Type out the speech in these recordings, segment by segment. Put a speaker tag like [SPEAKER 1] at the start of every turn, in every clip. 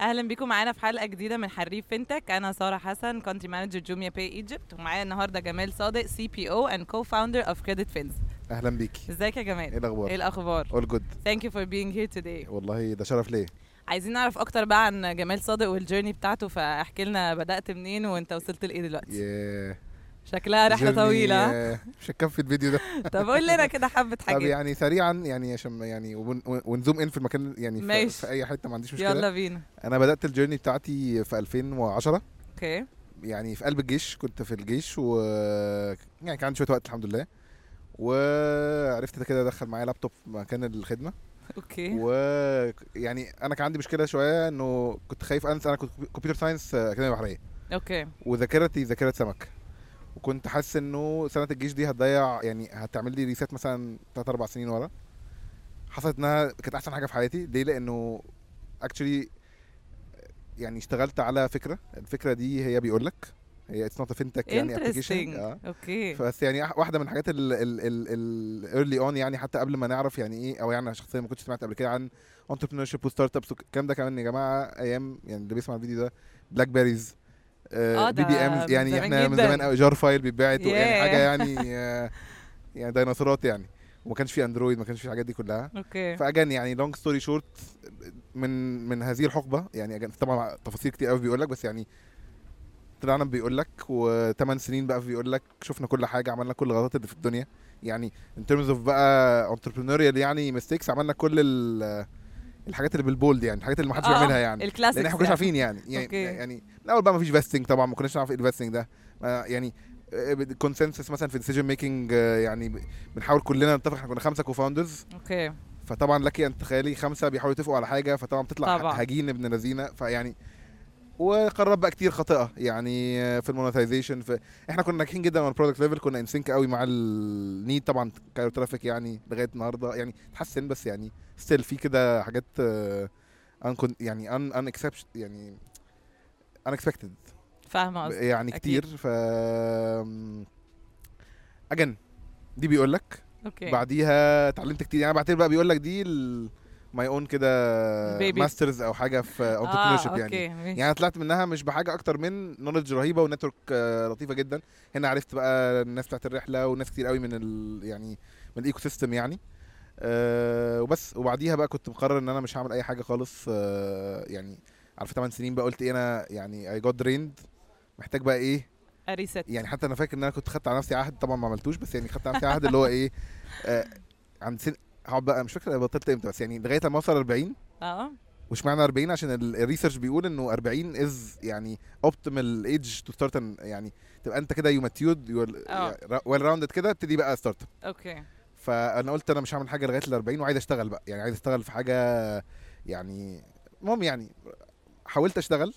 [SPEAKER 1] اهلا بيكم معانا في حلقه جديده من حريف فينتك انا ساره حسن كونتري مانجر جوميا باي ايجيبت ومعايا النهارده جمال صادق سي بي او اند كو فاوندر اوف كريدت فينز
[SPEAKER 2] اهلا بيكي
[SPEAKER 1] ازيك يا جمال
[SPEAKER 2] ايه الاخبار
[SPEAKER 1] ايه الاخبار
[SPEAKER 2] اول جود
[SPEAKER 1] ثانك يو فور بينج هير today
[SPEAKER 2] والله ده شرف ليه
[SPEAKER 1] عايزين نعرف اكتر بقى عن جمال صادق والجيرني بتاعته فاحكي لنا بدات منين وانت وصلت لايه دلوقتي
[SPEAKER 2] ياه
[SPEAKER 1] شكلها رحله
[SPEAKER 2] جيرني،
[SPEAKER 1] طويله
[SPEAKER 2] ياه، مش هتكفي الفيديو ده
[SPEAKER 1] طب قول لنا كده حبه
[SPEAKER 2] طب
[SPEAKER 1] حاجات
[SPEAKER 2] يعني سريعا يعني عشان يعني ون- ون- ونزوم ان في المكان يعني في,
[SPEAKER 1] ماشي.
[SPEAKER 2] في اي حته ما عنديش مشكله
[SPEAKER 1] يلا بينا
[SPEAKER 2] انا بدات الجيرني بتاعتي في 2010
[SPEAKER 1] اوكي
[SPEAKER 2] يعني في قلب الجيش كنت في الجيش و يعني كان عندي شويه وقت الحمد لله وعرفت كده ادخل معايا لابتوب مكان الخدمه
[SPEAKER 1] اوكي
[SPEAKER 2] و يعني انا كان عندي مشكله شويه انه كنت خايف انسى انا كنت كمبيوتر ساينس آه، اكاديميه بحريه
[SPEAKER 1] اوكي
[SPEAKER 2] وذاكرتي ذاكره سمك وكنت حاسس انه سنه الجيش دي هتضيع يعني هتعمل لي ريسات مثلا 3 4 سنين ورا حصلت انها كانت احسن حاجه في حياتي ليه لانه اكشلي يعني اشتغلت على فكره الفكره دي هي بيقول لك هي اتس نوت فينتك يعني
[SPEAKER 1] انترستنج
[SPEAKER 2] ابلكيشن اه
[SPEAKER 1] اوكي
[SPEAKER 2] بس يعني أح- واحده من الحاجات الايرلي اون يعني حتى قبل ما نعرف يعني ايه او يعني أنا شخصيا ما كنتش سمعت قبل كده عن انتربرينور شيب وستارت ابس والكلام ده كمان يا جماعه ايام يعني اللي بيسمع الفيديو ده بلاك بيريز
[SPEAKER 1] آه،
[SPEAKER 2] بي
[SPEAKER 1] ده
[SPEAKER 2] بي ام
[SPEAKER 1] من
[SPEAKER 2] يعني
[SPEAKER 1] زمان
[SPEAKER 2] احنا من
[SPEAKER 1] جداً.
[SPEAKER 2] زمان قوي جار فايل بيتباعت
[SPEAKER 1] Yeah.
[SPEAKER 2] يعني حاجه يعني آه، يعني ديناصورات يعني وما كانش في اندرويد ما كانش في الحاجات دي كلها
[SPEAKER 1] اوكي
[SPEAKER 2] فاجان يعني لونج ستوري شورت من من هذه الحقبه يعني again طبعا تفاصيل كتير قوي بيقول لك بس يعني طلعنا بيقول لك وثمان سنين بقى بيقول لك شفنا كل حاجه عملنا كل الغلطات اللي في الدنيا يعني ان ترمز اوف بقى انتربرينوريال يعني ميستيكس عملنا كل ال- الحاجات اللي بالبولد يعني الحاجات اللي ما حدش
[SPEAKER 1] آه،
[SPEAKER 2] بيعملها يعني
[SPEAKER 1] الكلاسيكس
[SPEAKER 2] لان احنا ما
[SPEAKER 1] يعني.
[SPEAKER 2] كناش عارفين يعني يعني,
[SPEAKER 1] أوكي.
[SPEAKER 2] يعني الاول بقى ما فيش فيستنج طبعا ما كناش نعرف ايه الفيستنج ده ما يعني كونسنسس مثلا في ديسيجن ميكنج يعني ب- بنحاول كلنا نتفق احنا كنا خمسه كوفاوندرز
[SPEAKER 1] اوكي
[SPEAKER 2] فطبعا لكي ان تخيلي خمسه بيحاولوا يتفقوا على حاجه فطبعا بتطلع
[SPEAKER 1] طبعاً.
[SPEAKER 2] طبعا. هجين ابن لذينه فيعني وقرارات بقى كتير خاطئه يعني في المونتايزيشن في احنا كنا ناجحين جدا على البرودكت ليفل كنا انسينك قوي مع النيد طبعا كايرو ترافيك يعني لغايه النهارده يعني اتحسن بس يعني ستيل في كده حاجات ان يعني ان ان يعني unexpected
[SPEAKER 1] فاهمه قصدك
[SPEAKER 2] يعني
[SPEAKER 1] أكيد.
[SPEAKER 2] كتير ف اجن دي بيقول لك
[SPEAKER 1] اوكي
[SPEAKER 2] بعديها اتعلمت كتير يعني بعتبر بقى بيقول لك دي ماي اون كده
[SPEAKER 1] البيبي.
[SPEAKER 2] ماسترز او حاجه في
[SPEAKER 1] اه
[SPEAKER 2] انتربرينورشيب يعني
[SPEAKER 1] اوكي ماشي.
[SPEAKER 2] يعني أنا طلعت منها مش بحاجه اكتر من نولج رهيبه ونتورك آه، لطيفه جدا هنا عرفت بقى الناس بتاعت الرحله وناس كتير قوي من ال يعني من الايكو سيستم يعني أه وبس وبعديها بقى كنت مقرر ان انا مش هعمل اي حاجه خالص أه يعني عارف 8 سنين بقى قلت ايه انا يعني اي جوت دريند محتاج بقى ايه
[SPEAKER 1] ريست
[SPEAKER 2] يعني حتى انا فاكر ان انا كنت خدت على نفسي عهد طبعا ما عملتوش بس يعني خدت على نفسي عهد اللي هو ايه آه عند سن هقعد بقى مش فاكر أنا بطلت امتى بس يعني لغايه لما اوصل 40
[SPEAKER 1] اه
[SPEAKER 2] وش معنى 40 عشان ال- الريسيرش بيقول انه 40 از يعني اوبتيمال ايدج تو ستارت يعني تبقى انت كده يو ماتيود
[SPEAKER 1] آه.
[SPEAKER 2] ويل راوندد كده ابتدي بقى ستارت اب
[SPEAKER 1] اوكي
[SPEAKER 2] فانا قلت انا مش هعمل حاجه لغايه ال 40 وعايز اشتغل بقى يعني عايز اشتغل في حاجه يعني المهم يعني حاولت اشتغل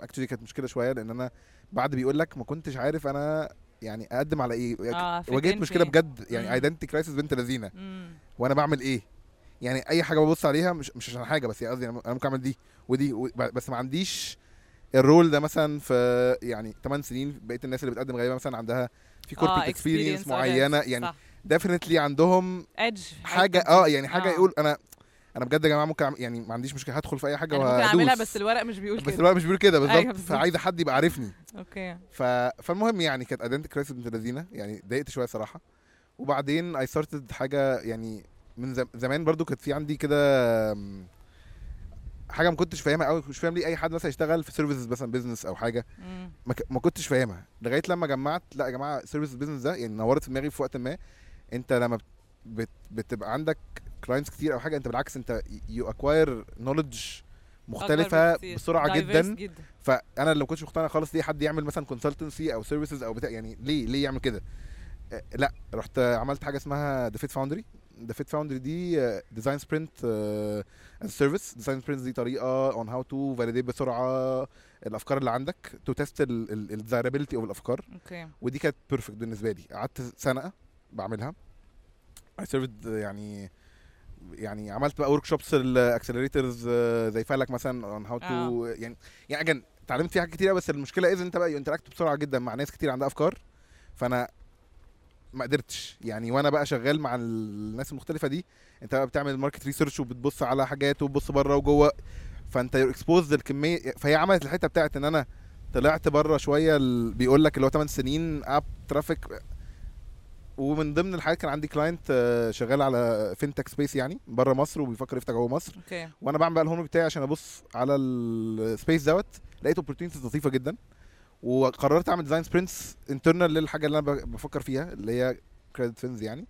[SPEAKER 2] اكشلي كانت مشكله شويه لان انا بعد بيقول لك ما كنتش عارف انا يعني اقدم على ايه
[SPEAKER 1] اه فكرين
[SPEAKER 2] واجهت مشكله
[SPEAKER 1] فيه.
[SPEAKER 2] بجد يعني
[SPEAKER 1] مم.
[SPEAKER 2] ايدنتي كرايسيس بنت لذينه
[SPEAKER 1] مم.
[SPEAKER 2] وانا بعمل ايه يعني اي حاجه ببص عليها مش مش عشان حاجه بس يعني قصدي انا ممكن اعمل دي ودي و- بس ما عنديش الرول ده مثلا في يعني 8 سنين بقيه الناس اللي بتقدم غالبا مثلا عندها في
[SPEAKER 1] آه،
[SPEAKER 2] كوربريت اكسبيرينس
[SPEAKER 1] experience
[SPEAKER 2] معينه
[SPEAKER 1] already.
[SPEAKER 2] يعني
[SPEAKER 1] صح.
[SPEAKER 2] ديفنتلي عندهم
[SPEAKER 1] edge
[SPEAKER 2] حاجه اه يعني حاجه
[SPEAKER 1] آه.
[SPEAKER 2] يقول انا انا بجد يا جماعه ممكن أعمل- يعني ما عنديش مشكله هدخل في اي حاجه
[SPEAKER 1] انا يعني ممكن
[SPEAKER 2] وهدوس.
[SPEAKER 1] اعملها بس الورق مش بيقول
[SPEAKER 2] بس
[SPEAKER 1] كده
[SPEAKER 2] الورق مش بيقول كده
[SPEAKER 1] أيوة
[SPEAKER 2] بالظبط
[SPEAKER 1] بالظبط.
[SPEAKER 2] فعايز حد يبقى عارفني
[SPEAKER 1] اوكي
[SPEAKER 2] ف... فالمهم يعني كانت ايدنتي كرايسيس بنت لذينه يعني ضايقت شويه صراحه وبعدين اي ستارتد حاجه يعني من زم- زمان برضو كانت في عندي كده أم، حاجه ما كنتش فاهمها قوي مش فاهم ليه اي حد مثلا يشتغل في سيرفيسز مثلا بزنس او حاجه
[SPEAKER 1] مم.
[SPEAKER 2] ما, ك... ما كنتش فاهمها لغايه لما جمعت لا يا جماعه سيرفيسز بزنس ده يعني نورت في دماغي في وقت ما انت لما بت... بت... بتبقى عندك كلاينتس كتير او حاجه انت بالعكس انت يو اكواير نولج مختلفه
[SPEAKER 1] أكبر بكتير.
[SPEAKER 2] بسرعه
[SPEAKER 1] Diverse
[SPEAKER 2] جدا
[SPEAKER 1] جدا
[SPEAKER 2] فانا لو كنتش مقتنع خالص ليه حد يعمل مثلا كونسلتنسي او سيرفيسز او بتاع يعني ليه ليه يعمل كده آه، لا رحت آه، عملت حاجه اسمها ذا فيت فاوندري ذا فيت فاوندري دي آه، ديزاين سبرنت از سيرفيس ديزاين سبرنت دي طريقه اون هاو تو فاليديت بسرعه الافكار اللي عندك تو تيست الديزايرابيلتي اوف الافكار
[SPEAKER 1] اوكي
[SPEAKER 2] ودي كانت بيرفكت بالنسبه لي قعدت سنه بعملها اي سيرفد يعني يعني عملت بقى ورك شوبس الاكسلريترز زي فالك مثلا اون هاو تو
[SPEAKER 1] آه.
[SPEAKER 2] يعني يعني اجن اتعلمت فيها حاجات كتير أوي، بس المشكله اذا انت بقى انتراكت بسرعه جدا مع ناس كتير عندها افكار فانا ما قدرتش يعني وانا بقى شغال مع الناس المختلفه دي انت بقى بتعمل ماركت ريسيرش وبتبص على حاجات وبتبص بره وجوه فانت يور اكسبوز للكميه فهي عملت الحته بتاعت ان انا طلعت بره شويه ال- بيقول لك اللي هو 8 سنين اب ترافيك ومن ضمن الحاجات كان عندي كلاينت شغال على فينتك سبيس يعني بره مصر وبيفكر يفتح جوه مصر
[SPEAKER 1] اوكي
[SPEAKER 2] وانا بعمل بقى الهوم بتاعي عشان ابص على السبيس دوت لقيت اوبورتيونيتيز لطيفه جدا وقررت اعمل ديزاين سبرنتس انترنال للحاجه اللي انا ب- بفكر فيها اللي هي كريدت فينز يعني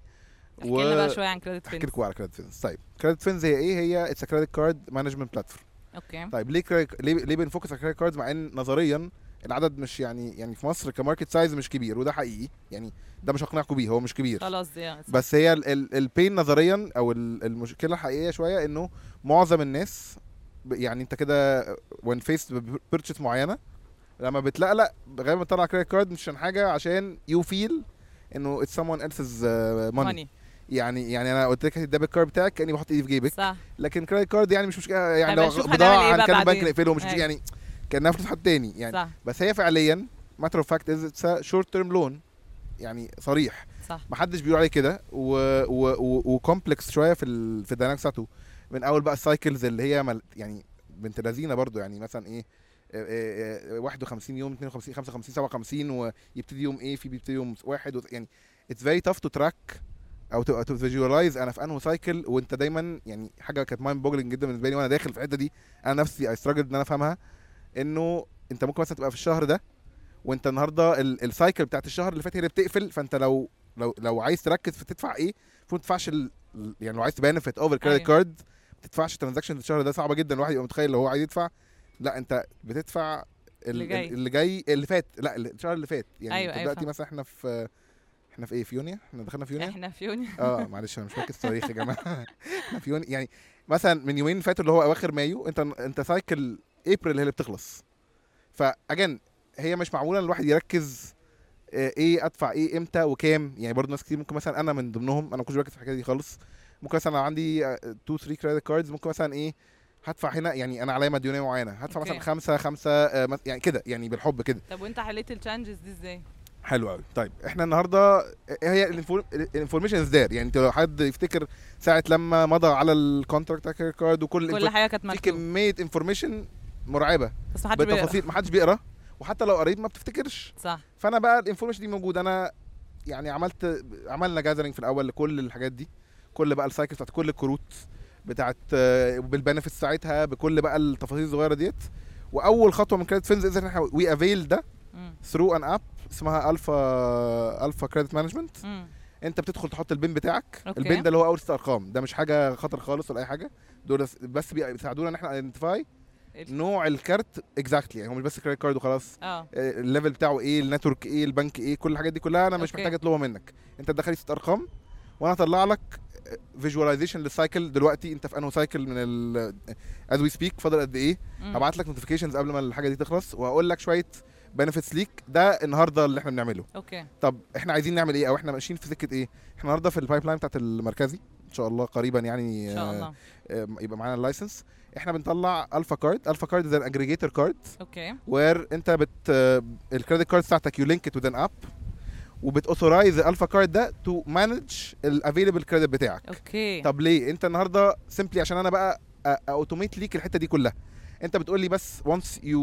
[SPEAKER 1] احكي لنا بقى شويه عن كريدت
[SPEAKER 2] احكي
[SPEAKER 1] فينز
[SPEAKER 2] لكم على كريدت فينز طيب كريدت فينز هي ايه هي اتس كريدت كارد مانجمنت بلاتفورم
[SPEAKER 1] اوكي
[SPEAKER 2] طيب ليه credit- ليه ليه بنفوكس على كريدت كاردز مع ان نظريا العدد مش يعني يعني في مصر كماركت سايز مش كبير وده حقيقي يعني ده مش هقنعكم بيه هو مش كبير
[SPEAKER 1] خلاص دي
[SPEAKER 2] بس هي ال- ال- البين نظريا او ال- المشكله الحقيقيه شويه انه معظم الناس ب- يعني انت كده وان فيس بيرتشس معينه لما بتلقلق غالبا بتطلع كريدت كارد مش عشان حاجه عشان يو فيل انه اتس someone else's ماني
[SPEAKER 1] ماني
[SPEAKER 2] يعني يعني انا قلت لك هات الديبت كارد بتاعك كاني بحط ايدي في جيبك
[SPEAKER 1] صح
[SPEAKER 2] لكن كريدت كارد يعني مش مشكله يعني
[SPEAKER 1] هبقى
[SPEAKER 2] لو
[SPEAKER 1] نشوف هنعمل إيه
[SPEAKER 2] بضاعه
[SPEAKER 1] بقى
[SPEAKER 2] هنكلم البنك
[SPEAKER 1] بعدين.
[SPEAKER 2] نقفله ومش
[SPEAKER 1] أيوة.
[SPEAKER 2] يعني كانها فلوس حد تاني يعني
[SPEAKER 1] صح
[SPEAKER 2] بس هي فعليا ماتر اوف فاكت از شورت تيرم لون يعني صريح
[SPEAKER 1] صح
[SPEAKER 2] محدش بيقول عليه كده وكومبلكس شويه في ال... في الديناميكس بتاعته من اول بقى السايكلز اللي هي مل... يعني بنت لذينه برضو يعني مثلا ايه آه، آه، آه، 51 يوم 52 55 57 ويبتدي يوم ايه في بيبتدي يوم واحد وت... يعني اتس فيري تاف تو تراك او تو فيجواليز انا في انهي سايكل وانت دايما يعني حاجه كانت مايند بوجلنج جدا بالنسبه لي وانا داخل في الحته دي انا نفسي اي ان انا افهمها انه انت ممكن مثلا تبقى في الشهر ده وانت النهارده ال- السايكل بتاعت الشهر اللي فات هي اللي بتقفل فانت لو لو لو عايز تركز في تدفع ايه المفروض ما تدفعش ال- ال- يعني لو عايز تبنفيت اوفر
[SPEAKER 1] أيوة.
[SPEAKER 2] كريدت كارد ما تدفعش ترانزاكشن الشهر ده صعبه جدا الواحد يبقى متخيل لو هو عايز يدفع لا انت بتدفع ال-
[SPEAKER 1] اللي جاي.
[SPEAKER 2] ال- اللي جاي اللي فات لا ال- الشهر اللي فات يعني
[SPEAKER 1] أيوة،
[SPEAKER 2] أنت
[SPEAKER 1] أيوة،
[SPEAKER 2] دلوقتي
[SPEAKER 1] فاهم.
[SPEAKER 2] مثلا احنا في احنا في ايه في يونيو احنا دخلنا في يونيو
[SPEAKER 1] احنا في يونيو
[SPEAKER 2] اه معلش انا مش فاكر التاريخ يا جماعه احنا في يونيو يعني مثلا من يومين فاتوا اللي هو اواخر مايو انت انت سايكل ابريل هي اللي بتخلص فاجن هي مش معموله إن الواحد يركز آه، ايه ادفع ايه امتى وكام يعني برضه ناس كتير ممكن مثلا انا من ضمنهم انا ما كنتش بركز في الحكايه دي خالص ممكن مثلا لو عندي آه، 2 3 كريدت كاردز ممكن مثلا ايه هدفع هنا يعني انا عليا مديونيه معينه هدفع مثلا
[SPEAKER 1] أوكي.
[SPEAKER 2] خمسة خمسة آه، مث- يعني كده يعني بالحب كده
[SPEAKER 1] طب وانت حليت التشالنجز دي ازاي؟
[SPEAKER 2] حلو قوي طيب احنا النهارده هي الانفورميشن ازدار يعني انت لو حد يفتكر ساعه لما مضى على الكونتراكت كارد وكل
[SPEAKER 1] كل
[SPEAKER 2] الinfo-
[SPEAKER 1] حاجه كانت
[SPEAKER 2] في
[SPEAKER 1] مكتوبه
[SPEAKER 2] كميه انفورميشن مرعبه
[SPEAKER 1] بس محدش بيقرا.
[SPEAKER 2] بتفاصيل محدش بيقرا وحتى لو قريت ما بتفتكرش
[SPEAKER 1] صح
[SPEAKER 2] فانا بقى الانفورميشن دي موجوده انا يعني عملت عملنا جاذرنج في الاول لكل الحاجات دي كل بقى السايكل بتاعت كل الكروت بتاعت بالبنفيت ساعتها بكل بقى التفاصيل الصغيره ديت واول خطوه من كريدت فينز از ان احنا وي افيل ده
[SPEAKER 1] مم.
[SPEAKER 2] ثرو ان اب اسمها الفا الفا كريدت مانجمنت
[SPEAKER 1] مم.
[SPEAKER 2] انت بتدخل تحط البين بتاعك
[SPEAKER 1] أوكي.
[SPEAKER 2] البين ده اللي هو اول ست ارقام ده مش حاجه خطر خالص ولا اي حاجه دول بس بي- بيساعدونا ان احنا ايدنتيفاي
[SPEAKER 1] ال-
[SPEAKER 2] نوع الكارت اكزاكتلي يعني هو مش بس كريدت كارد وخلاص
[SPEAKER 1] اه
[SPEAKER 2] آه، الليفل بتاعه ايه النتورك ايه البنك ايه كل الحاجات دي كلها انا مش
[SPEAKER 1] أوكي.
[SPEAKER 2] محتاج اطلبها منك انت تدخلي ست ارقام وانا هطلع لك فيجواليزيشن للسايكل دلوقتي انت في انه سايكل من ال از وي سبيك فاضل قد ايه
[SPEAKER 1] مم.
[SPEAKER 2] هبعت لك نوتيفيكيشنز قبل ما الحاجه دي تخلص وهقول لك شويه بنفيتس ليك ده النهارده اللي احنا بنعمله
[SPEAKER 1] اوكي
[SPEAKER 2] طب احنا عايزين نعمل ايه او احنا ماشيين في سكه ايه احنا النهارده في البايب لاين بتاعت المركزي ان شاء الله قريبا يعني
[SPEAKER 1] ان شاء
[SPEAKER 2] آه،
[SPEAKER 1] الله
[SPEAKER 2] آه، يبقى معانا اللايسنس احنا بنطلع الفا كارد الفا كارد زي الاجريجيتور كارد
[SPEAKER 1] اوكي
[SPEAKER 2] وير انت بت الكريدت كارد بتاعتك يو لينك ات وذ ان اب وبتاوثرايز الفا كارد ده تو مانج الافيلبل كريدت بتاعك
[SPEAKER 1] اوكي
[SPEAKER 2] طب ليه انت النهارده سيمبلي عشان انا بقى اوتوميت ليك الحته دي كلها انت بتقول لي بس once you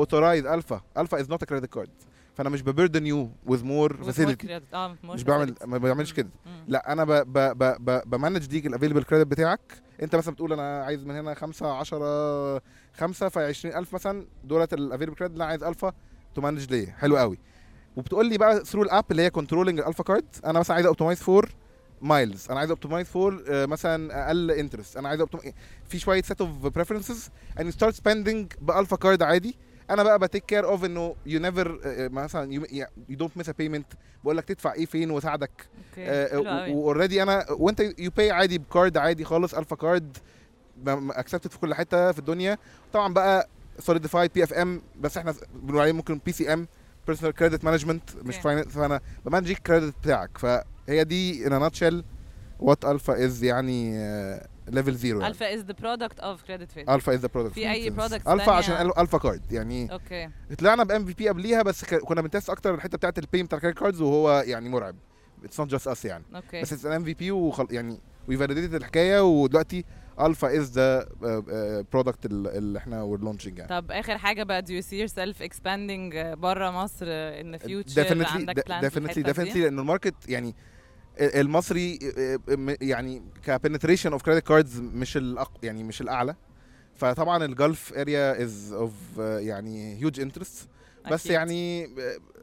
[SPEAKER 2] authorize alpha alpha is not a credit card فانا مش ببردن يو with more
[SPEAKER 1] With more
[SPEAKER 2] facility
[SPEAKER 1] credit. Mm, اه more
[SPEAKER 2] مش بعمل
[SPEAKER 1] facility.
[SPEAKER 2] ما بعملش كده
[SPEAKER 1] مم.
[SPEAKER 2] لا انا ب ب ب ب بمانج ديك الافيلبل كريدت بتاعك انت مثلا بتقول انا عايز من هنا 5 10 5 ف 20000 مثلا دولت الافيلبل كريدت اللي انا عايز الفا تمانج ليا حلو قوي وبتقول لي بقى ثرو الاب اللي هي كنترولنج الالفا كارد انا مثلا عايز اوبتمايز فور مايلز انا عايز آه، اوبتمايز فور مثلا اقل انترست انا عايز optimi- في شويه سيت اوف بريفرنسز and you start spending بالفا كارد عادي انا بقى بتيك كير اوف انه يو نيفر مثلا يو دونت ميس ا بيمنت بقول لك تدفع ايه فين واساعدك
[SPEAKER 1] اوكي
[SPEAKER 2] آه، uh,
[SPEAKER 1] حلو قوي.
[SPEAKER 2] واوريدي انا وانت يو باي عادي بكارد عادي خالص الفا كارد اكسبتد في كل حته في الدنيا طبعا بقى سوليديفايد بي اف ام بس احنا بنقول عليه ممكن بي سي ام بيرسونال كريدت مانجمنت مش
[SPEAKER 1] Okay.
[SPEAKER 2] فاينانس فانا بمانج الكريدت بتاعك فهي دي ان ناتشل وات الفا از يعني ليفل زيرو
[SPEAKER 1] الفا از ذا برودكت اوف كريدت فيت
[SPEAKER 2] الفا از ذا برودكت
[SPEAKER 1] في أي products
[SPEAKER 2] الفا
[SPEAKER 1] تانية؟
[SPEAKER 2] عشان الفا كارد يعني
[SPEAKER 1] اوكي
[SPEAKER 2] طلعنا بام في بي قبليها بس ك- كنا بنتست اكتر الحته بتاعت البي بتاع الكريدت كاردز وهو يعني مرعب اتس نوت جاست اس يعني
[SPEAKER 1] اوكي
[SPEAKER 2] بس اتس ان ام في بي وخل... يعني وي فاليديتد الحكايه ودلوقتي الفا از ذا برودكت آه، اللي احنا وير لونشنج يعني
[SPEAKER 1] طب اخر حاجه بقى do you see yourself expanding بره مصر in the future عندك plans في
[SPEAKER 2] ديفنتلي
[SPEAKER 1] الحتة دي؟
[SPEAKER 2] ديفنتلي لان الماركت يعني ال- المصري آه، آه، م- يعني كبنتريشن اوف كريدت كاردز مش الأق... يعني مش الاعلى فطبعا الجلف اريا از اوف يعني هيوج انترست بس
[SPEAKER 1] أكيد.
[SPEAKER 2] يعني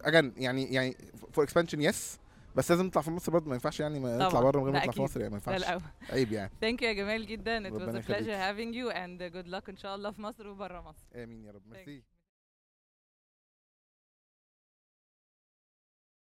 [SPEAKER 2] اجان يعني يعني فور اكسبانشن يس بس لازم نطلع في مصر برضه ما ينفعش يعني ما نطلع
[SPEAKER 1] طبعاً.
[SPEAKER 2] بره من غير ما
[SPEAKER 1] ده
[SPEAKER 2] نطلع في
[SPEAKER 1] أكيد.
[SPEAKER 2] مصر يعني ما
[SPEAKER 1] ده
[SPEAKER 2] ينفعش
[SPEAKER 1] الاول
[SPEAKER 2] عيب يعني
[SPEAKER 1] ثانك يو يا جمال جدا it was
[SPEAKER 2] ربنا
[SPEAKER 1] a
[SPEAKER 2] يخليك.
[SPEAKER 1] pleasure having you and good luck ان شاء الله في مصر وبره مصر
[SPEAKER 2] امين يا رب
[SPEAKER 1] Thank
[SPEAKER 2] ميرسي